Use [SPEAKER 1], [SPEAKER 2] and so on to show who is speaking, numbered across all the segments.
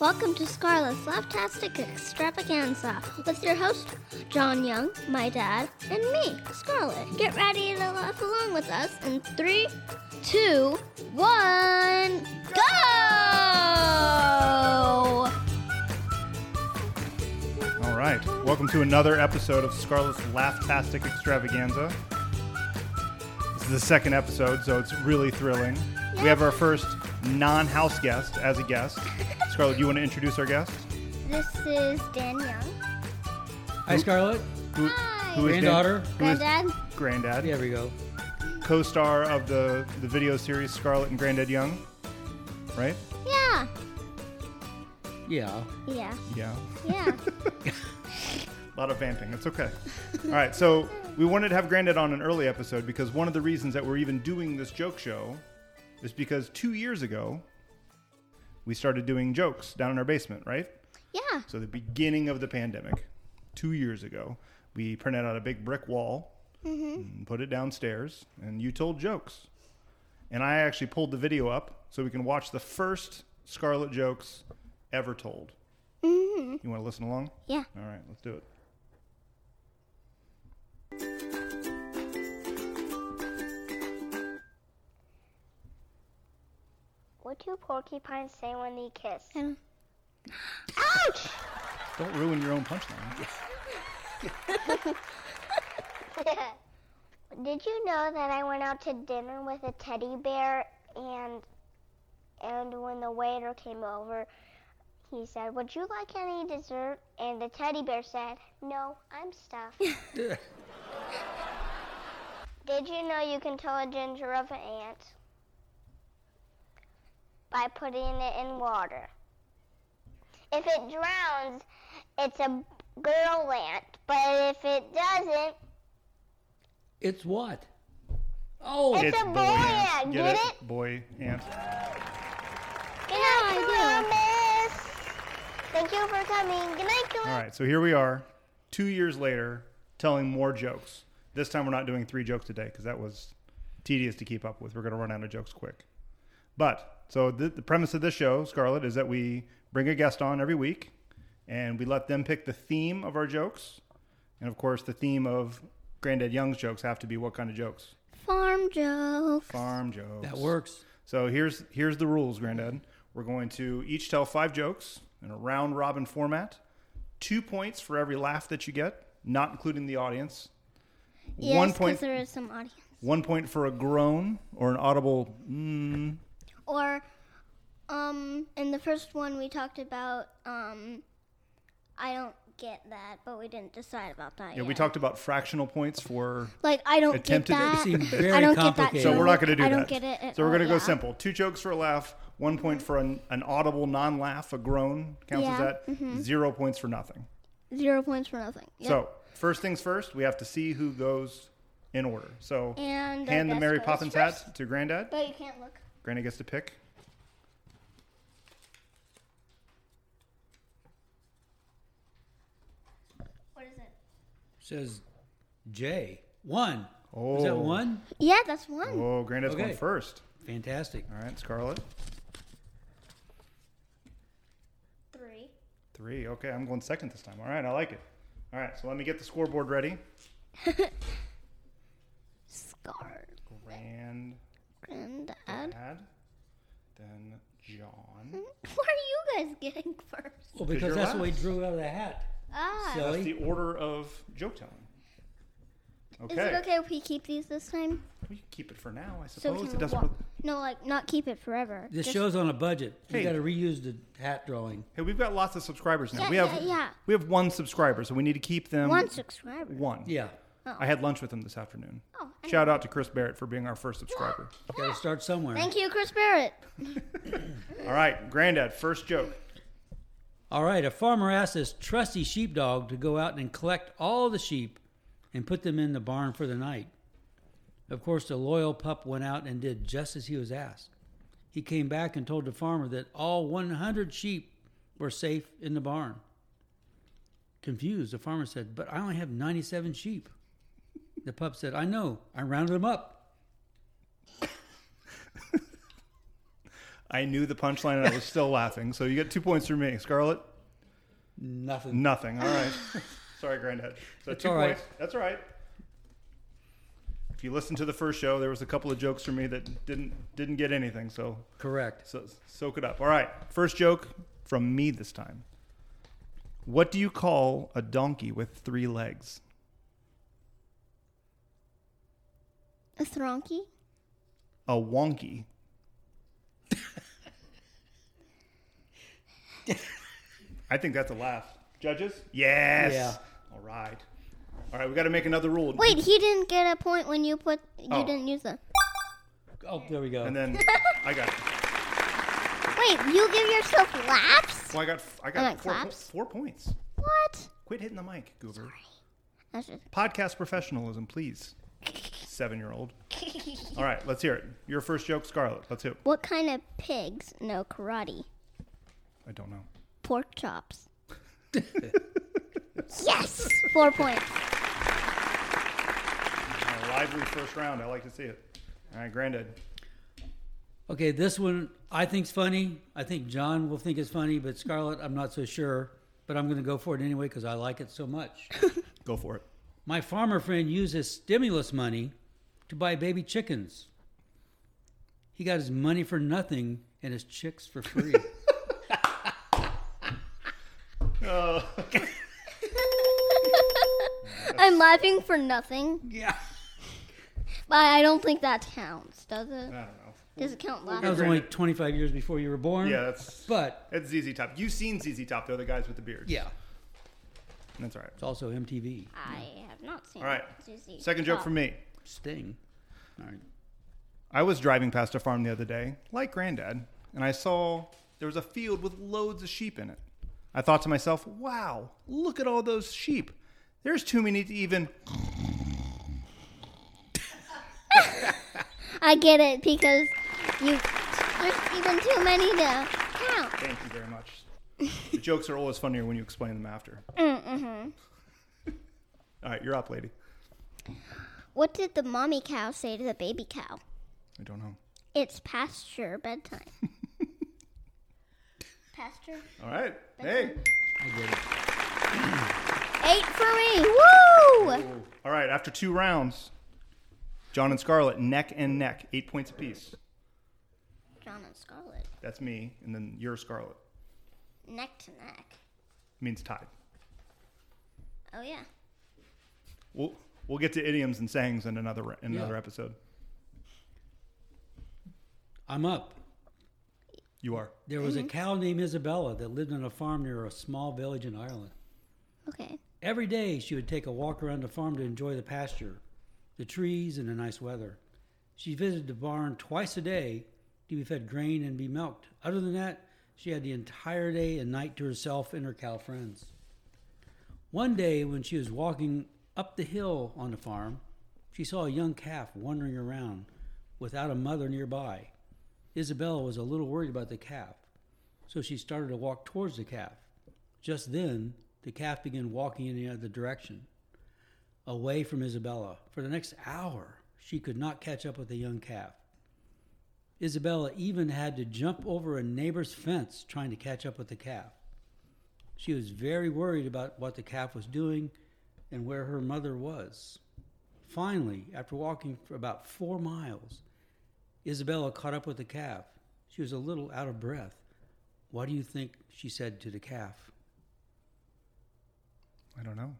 [SPEAKER 1] Welcome to Scarlet's Laughtastic Extravaganza with your host, John Young, my dad, and me, Scarlet. Get ready to laugh along with us in three, two, one, go!
[SPEAKER 2] All right. Welcome to another episode of Scarlet's Laughtastic Extravaganza. This is the second episode, so it's really thrilling. We have our first non house guest as a guest. Scarlett, you want to introduce our guest?
[SPEAKER 1] This is Dan Young.
[SPEAKER 3] Hi, Scarlett.
[SPEAKER 2] Who,
[SPEAKER 1] Hi.
[SPEAKER 2] who is Dan-
[SPEAKER 3] Granddaughter.
[SPEAKER 2] who is
[SPEAKER 1] Granddad?
[SPEAKER 2] Granddad.
[SPEAKER 3] There we go.
[SPEAKER 2] Co star of the, the video series Scarlett and Granddad Young. Right?
[SPEAKER 1] Yeah.
[SPEAKER 3] Yeah.
[SPEAKER 1] Yeah.
[SPEAKER 2] Yeah.
[SPEAKER 1] Yeah.
[SPEAKER 2] A lot of vamping. It's okay. All right. So we wanted to have Granddad on an early episode because one of the reasons that we're even doing this joke show is because two years ago we started doing jokes down in our basement, right?
[SPEAKER 1] yeah.
[SPEAKER 2] So the beginning of the pandemic, two years ago, we printed out a big brick wall and put it downstairs, and you told jokes. And I actually pulled the video up so we can watch the first Scarlet jokes ever told. You want to listen along?
[SPEAKER 1] Yeah.
[SPEAKER 2] All right, let's do it.
[SPEAKER 4] What do porcupines say when they kiss?
[SPEAKER 1] don't-
[SPEAKER 4] Ouch!
[SPEAKER 2] Don't ruin your own punchline.
[SPEAKER 4] Did you know that I went out to dinner with a teddy bear and and when the waiter came over, he said, "Would you like any dessert?" And the teddy bear said, "No, I'm stuffed." Did you know you can tell a ginger of an ant by putting it in water? If it drowns, it's a girl ant, but if it doesn't,
[SPEAKER 3] It's what? Oh,
[SPEAKER 4] It's a boy ant,
[SPEAKER 2] Get,
[SPEAKER 4] get
[SPEAKER 2] it? Boy ant.
[SPEAKER 4] Good night, Columbus. Thank you for coming. Good night,
[SPEAKER 2] All
[SPEAKER 4] Columbus.
[SPEAKER 2] right, so here we are, two years later, telling more jokes. This time we're not doing three jokes a day because that was tedious to keep up with. We're going to run out of jokes quick. But so the, the premise of this show, Scarlett, is that we bring a guest on every week and we let them pick the theme of our jokes. And of course, the theme of Granddad Young's jokes have to be what kind of jokes?
[SPEAKER 1] Farm joke.
[SPEAKER 2] Farm jokes.
[SPEAKER 3] that works.
[SPEAKER 2] So here's here's the rules, Granddad. We're going to each tell five jokes in a round robin format. Two points for every laugh that you get, not including the audience.
[SPEAKER 1] Yes,
[SPEAKER 2] one
[SPEAKER 1] 'cause
[SPEAKER 2] point
[SPEAKER 1] there is some audience.
[SPEAKER 2] one point for a groan or an audible mm.
[SPEAKER 1] or um in the first one we talked about um i don't get that but we didn't decide about that
[SPEAKER 2] Yeah,
[SPEAKER 1] yet.
[SPEAKER 2] we talked about fractional points for
[SPEAKER 1] like i don't get
[SPEAKER 2] attempted-
[SPEAKER 1] that
[SPEAKER 2] It
[SPEAKER 3] seemed very
[SPEAKER 1] i don't get that
[SPEAKER 3] complicated.
[SPEAKER 2] so
[SPEAKER 3] Yeah.
[SPEAKER 2] we're not going to do
[SPEAKER 1] i
[SPEAKER 2] that.
[SPEAKER 1] don't get it at
[SPEAKER 2] so we're gonna
[SPEAKER 1] all,
[SPEAKER 2] go
[SPEAKER 1] yeah.
[SPEAKER 2] simple. Two jokes for a laugh, one point for an, an audible non laugh, a groan counts as
[SPEAKER 1] Yeah, mm-hmm.
[SPEAKER 2] that. Zero points for nothing.
[SPEAKER 1] zero points for nothing yep.
[SPEAKER 2] So first things first, we have to see who goes in order. So
[SPEAKER 1] And the
[SPEAKER 2] hand the
[SPEAKER 1] best
[SPEAKER 2] Mary
[SPEAKER 1] goes
[SPEAKER 2] Poppins
[SPEAKER 1] first.
[SPEAKER 2] hat to Granddad.
[SPEAKER 1] but you can't look
[SPEAKER 2] Granny gets to pick.
[SPEAKER 1] what is it
[SPEAKER 3] Says J. One. Is that
[SPEAKER 2] Oh.
[SPEAKER 3] one?
[SPEAKER 1] yeah that's one
[SPEAKER 2] Oh, Granddad's going
[SPEAKER 3] Okay.
[SPEAKER 2] first.
[SPEAKER 3] Fantastic.
[SPEAKER 2] All right, Scarlet.
[SPEAKER 1] three
[SPEAKER 2] Three. Okay, I'm going second this time. All right, I like it. All right, so let me get the scoreboard ready.
[SPEAKER 1] scar
[SPEAKER 2] Granddad,
[SPEAKER 1] granddad
[SPEAKER 2] then
[SPEAKER 1] Hmm.
[SPEAKER 2] John.
[SPEAKER 1] what are you guys getting first
[SPEAKER 3] Well,
[SPEAKER 2] you're
[SPEAKER 3] because that's what we
[SPEAKER 2] last.
[SPEAKER 3] drew out of the hat.
[SPEAKER 1] ah
[SPEAKER 2] That's
[SPEAKER 3] Silly.
[SPEAKER 2] the order of joke telling. Okay.
[SPEAKER 1] is it okay if we keep these this time
[SPEAKER 2] We can keep it for now, I
[SPEAKER 1] so we
[SPEAKER 2] suppose.
[SPEAKER 1] can
[SPEAKER 2] it doesn't.
[SPEAKER 1] walk-
[SPEAKER 2] really-
[SPEAKER 1] no like not keep it forever
[SPEAKER 3] This
[SPEAKER 1] Just-
[SPEAKER 3] show's on a budget.
[SPEAKER 2] Hey.
[SPEAKER 3] You got to reuse the hat drawing.
[SPEAKER 2] Hey, we've got lots of subscribers now.
[SPEAKER 1] Yeah,
[SPEAKER 2] we
[SPEAKER 1] yeah,
[SPEAKER 2] have
[SPEAKER 1] yeah.
[SPEAKER 2] we have one subscriber, so we need to keep them
[SPEAKER 1] one subscriber
[SPEAKER 2] One.
[SPEAKER 3] Yeah.
[SPEAKER 2] I had lunch with him this afternoon.
[SPEAKER 1] oh I know.
[SPEAKER 2] Shout out to Chris Barrett for being our first subscriber.
[SPEAKER 3] Got to start somewhere.
[SPEAKER 1] Thank you, Chris Barrett.
[SPEAKER 2] All right, Granddad, first joke.
[SPEAKER 3] All right. A farmer asked his trusty sheepdog to go out and collect all the sheep and put them in the barn for the night. Of course, the loyal pup went out and did just as he was asked. He came back and told the farmer that all 100 sheep were safe in the barn. Confused, the farmer said, But I only have 97 sheep. The pup said, I know, I rounded them up.
[SPEAKER 2] I knew the punchline and I was still laughing. So you get two points for me. Scarlett,
[SPEAKER 3] Nothing.
[SPEAKER 2] nothing. All right. Sorry, Grandad. So
[SPEAKER 3] That's
[SPEAKER 2] two
[SPEAKER 3] all right.
[SPEAKER 2] points. That's all right. If you listen to the first show, there was a couple of jokes for me that didn't didn't get anything. So
[SPEAKER 3] Correct.
[SPEAKER 2] so soak it up. All right. First joke from me this time. What do you call a donkey with three legs?
[SPEAKER 1] A thronky?
[SPEAKER 2] A wonky. I think that's a laugh. Judges? Yes.
[SPEAKER 3] Yeah.
[SPEAKER 2] All right. All right, we got to make another rule.
[SPEAKER 1] Wait, he didn't get a point when you put you
[SPEAKER 2] Oh.
[SPEAKER 1] didn't use them.
[SPEAKER 3] Oh, there we go.
[SPEAKER 2] And then I got
[SPEAKER 1] Wait, you give yourself laps?
[SPEAKER 2] well, I got I
[SPEAKER 1] I
[SPEAKER 2] got
[SPEAKER 1] like
[SPEAKER 2] four, po-
[SPEAKER 1] claps.
[SPEAKER 2] four points.
[SPEAKER 1] What?
[SPEAKER 2] Quit hitting the mic, Goober.
[SPEAKER 1] That's just
[SPEAKER 2] Podcast professionalism, please. 7-year-old. All right, let's hear it. Your first joke, Scarlett. Let's hear. it.
[SPEAKER 1] what kind of pigs know karate?
[SPEAKER 2] I don't know.
[SPEAKER 1] Pork chops. yes! Four points.
[SPEAKER 2] A lively first round. I like to see it. All right, Granddad.
[SPEAKER 3] Okay, this one I think's funny. I think John will think it's funny, but Scarlett, I'm not so sure. But I'm going to go for it anyway because I like it so much.
[SPEAKER 2] Go for it.
[SPEAKER 3] My farmer friend used his stimulus money to buy baby chickens. He got his money for nothing and his chicks for free.
[SPEAKER 1] I'm laughing for nothing,
[SPEAKER 3] yeah.
[SPEAKER 1] but I don't think that counts, does it?
[SPEAKER 2] I don't know.
[SPEAKER 1] Does it count
[SPEAKER 3] That
[SPEAKER 1] laughing?
[SPEAKER 3] was only 25 years before you were born.
[SPEAKER 2] Yeah, that's
[SPEAKER 3] But
[SPEAKER 2] that's ZZ Top. You've seen ZZ Top, though, the guys with the beards.
[SPEAKER 3] yeah,
[SPEAKER 2] That's all right.
[SPEAKER 3] it's also MTV.
[SPEAKER 1] I have not seen
[SPEAKER 2] All right.
[SPEAKER 1] Susie.
[SPEAKER 2] Second joke
[SPEAKER 1] Oh.
[SPEAKER 2] from me.
[SPEAKER 3] Sting. All right.
[SPEAKER 2] I was driving past a farm the other day, like Granddad, and I saw there was a field with loads of sheep in it. I thought to myself, wow, look at all those sheep. There's too many to even.
[SPEAKER 1] I get it because you there's even too many to count.
[SPEAKER 2] Thank you very much. the jokes are always funnier when you explain them after. Mm-hmm. all right, you're up, lady.
[SPEAKER 1] What did the mommy cow say to the baby cow?
[SPEAKER 2] I don't know.
[SPEAKER 1] It's past your bedtime. Pastor?
[SPEAKER 2] All right. Hey.
[SPEAKER 3] I get it.
[SPEAKER 1] Eight for me. Woo!
[SPEAKER 2] All right, after two rounds, John and Scarlett neck and neck, eight points apiece.
[SPEAKER 1] John and Scarlet.
[SPEAKER 2] That's me, and then you're Scarlett.
[SPEAKER 1] Neck to neck.
[SPEAKER 2] Means tied.
[SPEAKER 1] Oh yeah.
[SPEAKER 2] We'll we'll get to idioms and sayings in another ra- in
[SPEAKER 3] Yeah.
[SPEAKER 2] another episode.
[SPEAKER 3] I'm up.
[SPEAKER 2] You are.
[SPEAKER 3] There was a cow named Isabella that lived on a farm near a small village in Ireland.
[SPEAKER 1] Okay.
[SPEAKER 3] Every day she would take a walk around the farm to enjoy the pasture, the trees, and the nice weather. She visited the barn twice a day to be fed grain and be milked. Other than that, she had the entire day and night to herself and her cow friends. One day, when she was walking up the hill on the farm, she saw a young calf wandering around without a mother nearby. Isabella was a little worried about the calf, so she started to walk towards the calf. Just then, the calf began walking in the other direction, away from Isabella. For the next hour, she could not catch up with the young calf. Isabella even had to jump over a neighbor's fence trying to catch up with the calf. She was very worried about what the calf was doing and where her mother was. Finally, after walking for about four miles, Isabella caught up with the calf. She was a little out of breath. What do you think she said to the calf?
[SPEAKER 2] I don't know.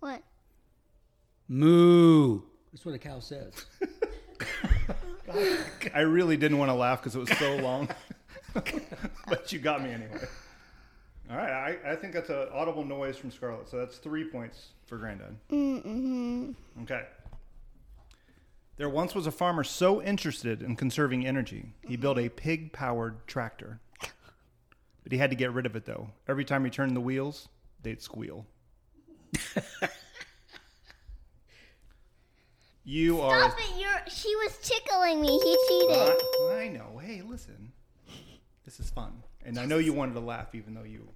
[SPEAKER 1] What?
[SPEAKER 3] Moo. That's what a cow says.
[SPEAKER 2] I really didn't want to laugh because it was so long, but you got me anyway. All right, I, I think that's an audible noise from Scarlett, so that's three points for Granddad.
[SPEAKER 1] Mm-hmm.
[SPEAKER 2] Okay. There once was a farmer so interested in conserving energy, he built a pig powered tractor. But he had to get rid of it, though. Every time he turned the wheels, they'd squeal. you are.
[SPEAKER 1] Stop it! You're. She was tickling me. He cheated.
[SPEAKER 2] I, I know. Hey, listen. This is fun. And I know you wanted to laugh, even though you,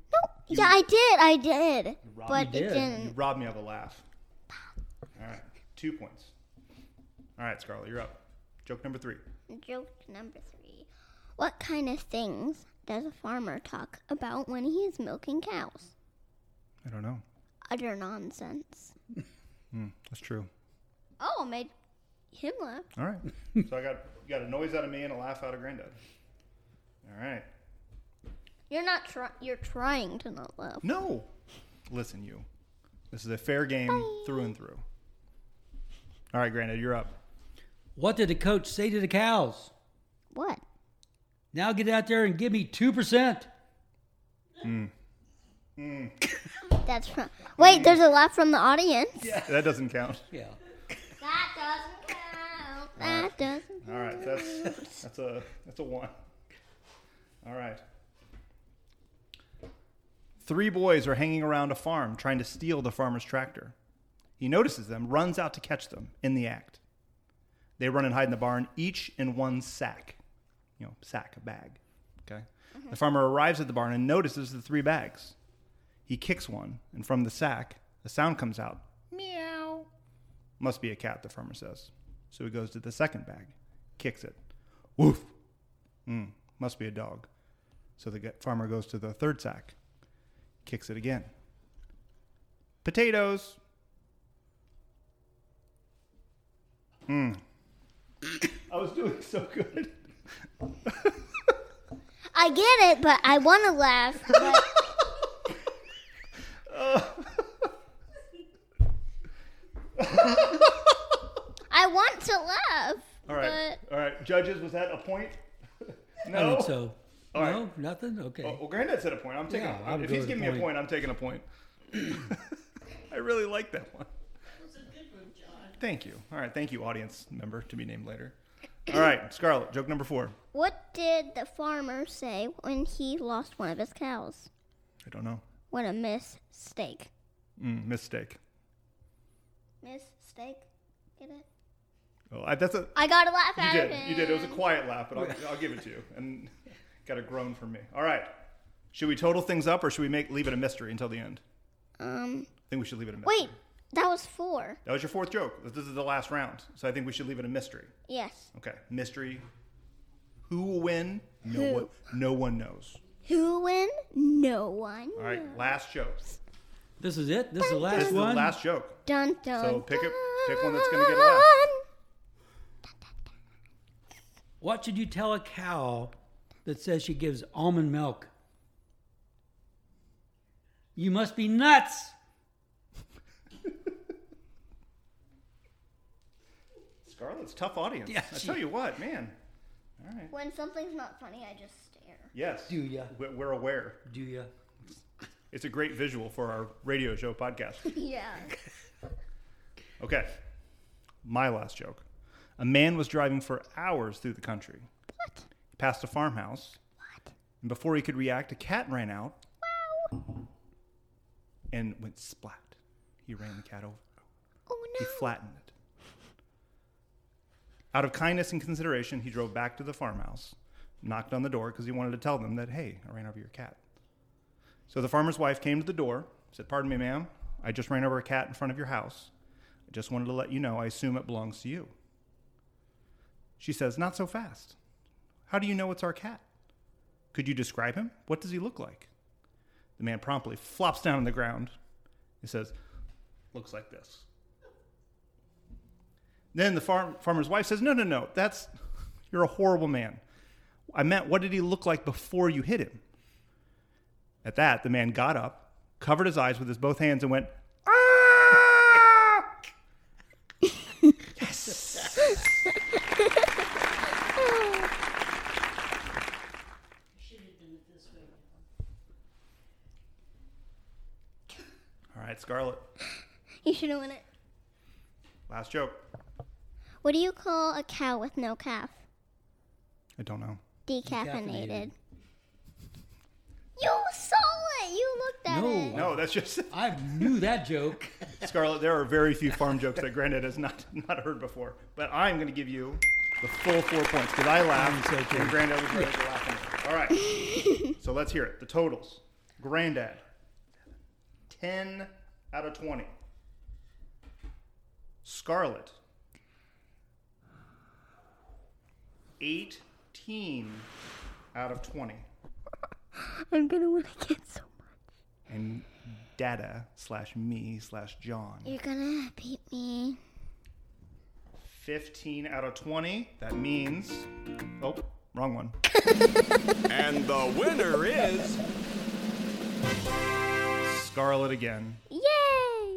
[SPEAKER 1] yeah, I did. I did.
[SPEAKER 2] robbed
[SPEAKER 1] But
[SPEAKER 3] You
[SPEAKER 1] it
[SPEAKER 3] did.
[SPEAKER 2] you
[SPEAKER 1] didn't.
[SPEAKER 2] robbed me of a laugh. All right. Two points. All right, Scarlett, you're up. Joke number three.
[SPEAKER 1] Joke number three. What kind of things does a farmer talk about when he is milking cows?
[SPEAKER 2] I don't know.
[SPEAKER 1] Utter nonsense.
[SPEAKER 2] Hmm, that's true.
[SPEAKER 1] Oh, I made him laugh.
[SPEAKER 2] All right. so I got you got a noise out of me and a laugh out of Granddad. All right.
[SPEAKER 1] You're not trying. You're trying to not laugh.
[SPEAKER 2] No. Listen, you. This is a fair game through and through. All right, Granddad, you're up.
[SPEAKER 3] What did the coach say to the cows?
[SPEAKER 1] What?
[SPEAKER 3] Now get out there and give me 2%.
[SPEAKER 1] That's from. Wait, there's a laugh from the audience.
[SPEAKER 2] That doesn't count.
[SPEAKER 3] Yeah.
[SPEAKER 1] That doesn't count.
[SPEAKER 2] Uh,
[SPEAKER 1] That doesn't.
[SPEAKER 2] All right, that's that's a that's a one. All right. Three boys are hanging around a farm trying to steal the farmer's tractor. He notices them, runs out to catch them in the act. They run and hide in the barn, each in one sack. You know, sack, a bag. Okay. The farmer arrives at the barn and notices the three bags. He kicks one, and from the sack, a sound comes out. Meow. Must be a cat, the farmer says. So he goes to the second bag, kicks it. Woof. Mm, must be a dog. So the g- farmer goes to the third sack, kicks it again. Potatoes. Mm. I was doing so good.
[SPEAKER 1] I get it, but I want to laugh. But I want to laugh.
[SPEAKER 2] All right.
[SPEAKER 1] But
[SPEAKER 2] All right. Judges, was that a point?
[SPEAKER 3] I
[SPEAKER 2] no.
[SPEAKER 3] think so.
[SPEAKER 2] Oh. All right. Oh.
[SPEAKER 3] no, nothing? Okay.
[SPEAKER 2] Well, Granddad said a point. I'm taking.
[SPEAKER 3] Yeah,
[SPEAKER 2] a
[SPEAKER 3] I'm
[SPEAKER 2] if he's
[SPEAKER 3] good
[SPEAKER 2] giving me a
[SPEAKER 3] point.
[SPEAKER 2] point, I'm taking a point. I really like that one. Thank you. All right, thank you, audience member to be named later. All right, Scarlett, joke number four.
[SPEAKER 1] what did the farmer say when he lost one of his cows?
[SPEAKER 2] I don't know.
[SPEAKER 1] What a mistake.
[SPEAKER 2] Mm, mistake.
[SPEAKER 1] Mistake. Get it?
[SPEAKER 2] Well, I, that's a.
[SPEAKER 1] I got a laugh
[SPEAKER 2] You
[SPEAKER 1] out of
[SPEAKER 2] did.
[SPEAKER 1] him.
[SPEAKER 2] You did. It was a quiet laugh, but I'll, I'll give it to you. And got a groan from me. All right. Should we total things up, or should we make leave it a mystery until the end?
[SPEAKER 1] Um.
[SPEAKER 2] I think we should leave it a mystery.
[SPEAKER 1] Wait, that was four.
[SPEAKER 2] That was your fourth joke. This is the last round, so I think we should leave it a mystery.
[SPEAKER 1] Yes.
[SPEAKER 2] Okay, mystery. Who will win? No
[SPEAKER 1] Who?
[SPEAKER 2] one. No one knows.
[SPEAKER 1] Who win? No one.
[SPEAKER 2] All right, last joke.
[SPEAKER 3] This is it? This is the last
[SPEAKER 2] This is the
[SPEAKER 3] one?
[SPEAKER 2] last joke.
[SPEAKER 1] Dun dun.
[SPEAKER 2] So pick
[SPEAKER 1] dun.
[SPEAKER 2] a- pick one that's gonna get a laugh.
[SPEAKER 3] What should you tell a cow that says she gives almond milk? You must be nuts.
[SPEAKER 2] Scarlett's tough audience.
[SPEAKER 3] Yeah,
[SPEAKER 2] I
[SPEAKER 3] she-
[SPEAKER 2] tell you what, man. All right.
[SPEAKER 1] When something's not funny, I just stare.
[SPEAKER 2] Yes.
[SPEAKER 3] Do ya?
[SPEAKER 2] We- We're aware.
[SPEAKER 3] Do you?
[SPEAKER 2] It's a great visual for our radio show podcast.
[SPEAKER 1] yeah.
[SPEAKER 2] Okay. My last joke. A man was driving for hours through the country. What? He passed a farmhouse. What? And before he could react, a cat ran out. And went splat. He ran the cat over.
[SPEAKER 1] Oh
[SPEAKER 2] He
[SPEAKER 1] no.
[SPEAKER 2] flattened it. Out of kindness and consideration, he drove back to the farmhouse, knocked on the door because he wanted to tell them that, hey, I ran over your cat. So the farmer's wife came to the door, said, Pardon me, ma'am, I just ran over a cat in front of your house. I just wanted to let you know I assume it belongs to you. She says, Not so fast. How do you know it's our cat? Could you describe him? What does he look like? The man promptly flops down on the ground. He says, Looks like this. Then the farm, farmer's wife says, No, no, no, that's, you're a horrible man. I meant, what did he look like before you hit him? At that, the man got up, covered his eyes with his both hands, and went, Ah! All right, Scarlett,
[SPEAKER 1] You should have won it.
[SPEAKER 2] last joke.
[SPEAKER 1] What do you call a cow with no calf?
[SPEAKER 2] I don't know.
[SPEAKER 1] Decaffeinated.
[SPEAKER 3] Decaffeinated.
[SPEAKER 1] You saw it. You looked at
[SPEAKER 3] No.
[SPEAKER 1] it.
[SPEAKER 2] No, that's just
[SPEAKER 3] I knew that joke.
[SPEAKER 2] Scarlett, there are very few farm jokes that Granddad has not not heard before, but I'm going to give you the full four points because I laughed
[SPEAKER 3] so
[SPEAKER 2] and
[SPEAKER 3] kidding.
[SPEAKER 2] Granddad was ready to laugh. All right, so let's hear it. The totals: Granddad, ten out of twenty. Scarlett, eighteen out of 20.
[SPEAKER 1] I'm gonna win again so much.
[SPEAKER 2] And Dada slash me slash John.
[SPEAKER 1] You're gonna beat me.
[SPEAKER 2] 15 out of 20. That means. Oh, wrong one.
[SPEAKER 5] And the winner is
[SPEAKER 2] Scarlet again.
[SPEAKER 1] Yay!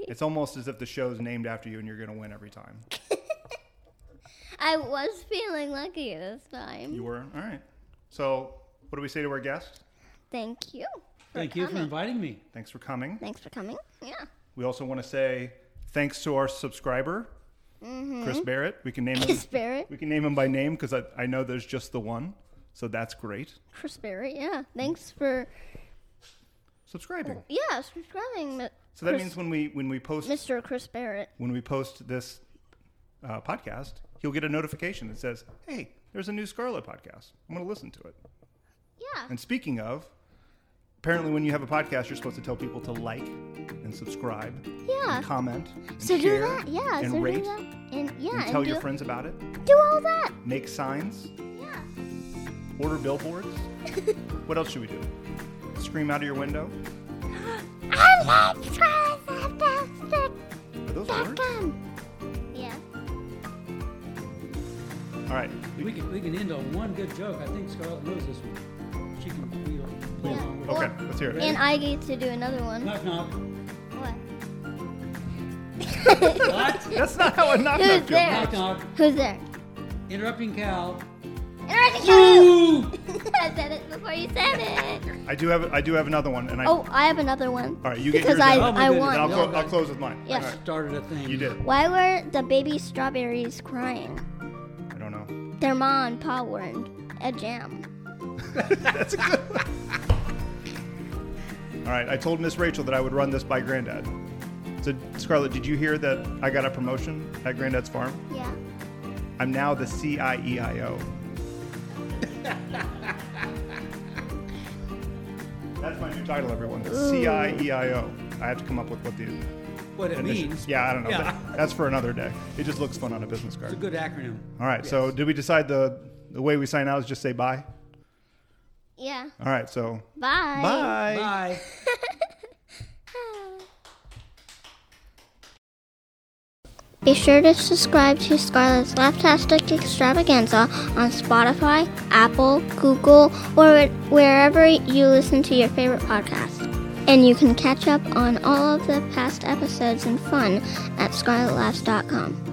[SPEAKER 2] It's almost as if the show's named after you and you're going to win every time.
[SPEAKER 1] I was feeling lucky this time.
[SPEAKER 2] You were? All right. So, what do we say to our guest?
[SPEAKER 1] Thank you. for
[SPEAKER 3] Thank you for
[SPEAKER 1] coming.
[SPEAKER 3] inviting me.
[SPEAKER 2] Thanks for coming.
[SPEAKER 1] Thanks for coming. Yeah.
[SPEAKER 2] We also want to say thanks to our subscriber, Chris Barrett. We can name him.
[SPEAKER 1] Chris Barrett.
[SPEAKER 2] We can name him by name because I, I know there's just the one. So that's great.
[SPEAKER 1] Chris Barrett. Yeah. Thanks for
[SPEAKER 2] Subscribing.
[SPEAKER 1] yeah subscribing, Mi-
[SPEAKER 2] So
[SPEAKER 1] Oh,
[SPEAKER 2] that
[SPEAKER 1] Chris-
[SPEAKER 2] means when we when we post
[SPEAKER 1] Mr. Chris Barrett.
[SPEAKER 2] when we post this uh, podcast, he'll get a notification that says, "Hey, there's a new Scarlet podcast. I'm going to listen to it."
[SPEAKER 1] Yeah.
[SPEAKER 2] And speaking of, apparently when you have a podcast, you're supposed to tell people to like and subscribe,
[SPEAKER 1] Yeah.
[SPEAKER 2] and comment, and
[SPEAKER 1] So do
[SPEAKER 2] share,
[SPEAKER 1] that. Yeah.
[SPEAKER 2] and
[SPEAKER 1] so
[SPEAKER 2] rate,
[SPEAKER 1] do that. And yeah.
[SPEAKER 2] and tell
[SPEAKER 1] do,
[SPEAKER 2] your friends about it.
[SPEAKER 1] do all that.
[SPEAKER 2] Make signs.
[SPEAKER 1] Yeah.
[SPEAKER 2] Order billboards. what else should we do? Scream out of your window?
[SPEAKER 1] I like Triceratops.com.
[SPEAKER 2] Are those words?
[SPEAKER 1] Yeah.
[SPEAKER 2] All right.
[SPEAKER 3] We can, we can end on one good joke. I think Scarlett knows this one. She can we don't play
[SPEAKER 1] Yeah.
[SPEAKER 3] along with
[SPEAKER 2] Okay,
[SPEAKER 1] Well,
[SPEAKER 2] let's hear it.
[SPEAKER 1] And I get to do another
[SPEAKER 3] it.
[SPEAKER 1] one.
[SPEAKER 3] Knock, knock.
[SPEAKER 1] What?
[SPEAKER 3] What?
[SPEAKER 2] That's not how a knock
[SPEAKER 1] Who's
[SPEAKER 2] knock joke.
[SPEAKER 1] there?
[SPEAKER 3] knock, knock.
[SPEAKER 1] Who's there?
[SPEAKER 3] Interrupting cow.
[SPEAKER 1] Interrupting you.
[SPEAKER 3] Ooh!
[SPEAKER 1] I said it before you said it.
[SPEAKER 2] I do have I do have another one, and I.
[SPEAKER 1] Oh, I have another one.
[SPEAKER 2] All right, you get
[SPEAKER 1] because
[SPEAKER 2] yours
[SPEAKER 1] I,
[SPEAKER 2] now.
[SPEAKER 3] Oh my
[SPEAKER 1] I
[SPEAKER 3] goodness,
[SPEAKER 2] and I'll,
[SPEAKER 1] won.
[SPEAKER 2] clo- I'll close with mine.
[SPEAKER 1] Yeah.
[SPEAKER 2] All right.
[SPEAKER 3] Started a thing.
[SPEAKER 2] You did.
[SPEAKER 1] Why were the baby strawberries crying?
[SPEAKER 2] I don't know.
[SPEAKER 1] Their ma and pa weren't a jam.
[SPEAKER 2] That's a good. one. All right. I told Miss Rachel that I would run this by Granddad. So Scarlett, did you hear that I got a promotion at Granddad's farm?
[SPEAKER 1] Yeah.
[SPEAKER 2] I'm now the E CIEIO. That's my new title, everyone. The CIEIO. I have to come up with what the
[SPEAKER 3] What it
[SPEAKER 2] initial-
[SPEAKER 3] means.
[SPEAKER 2] Yeah, I don't know.
[SPEAKER 3] Yeah.
[SPEAKER 2] That- That's for another day. It just looks fun on a business
[SPEAKER 3] It's a
[SPEAKER 2] card.
[SPEAKER 3] good acronym.
[SPEAKER 2] All right. So, did we decide the the way we sign out is just say bye?
[SPEAKER 1] Yeah.
[SPEAKER 2] All right. So,
[SPEAKER 1] Bye.
[SPEAKER 3] Bye.
[SPEAKER 1] Be sure to subscribe to Scarlett's Laughtastic Extravaganza on Spotify, Apple, Google, or wh- wherever you listen to your favorite podcast. And you can catch up on all of the past episodes and fun at scarlettlaughs.com.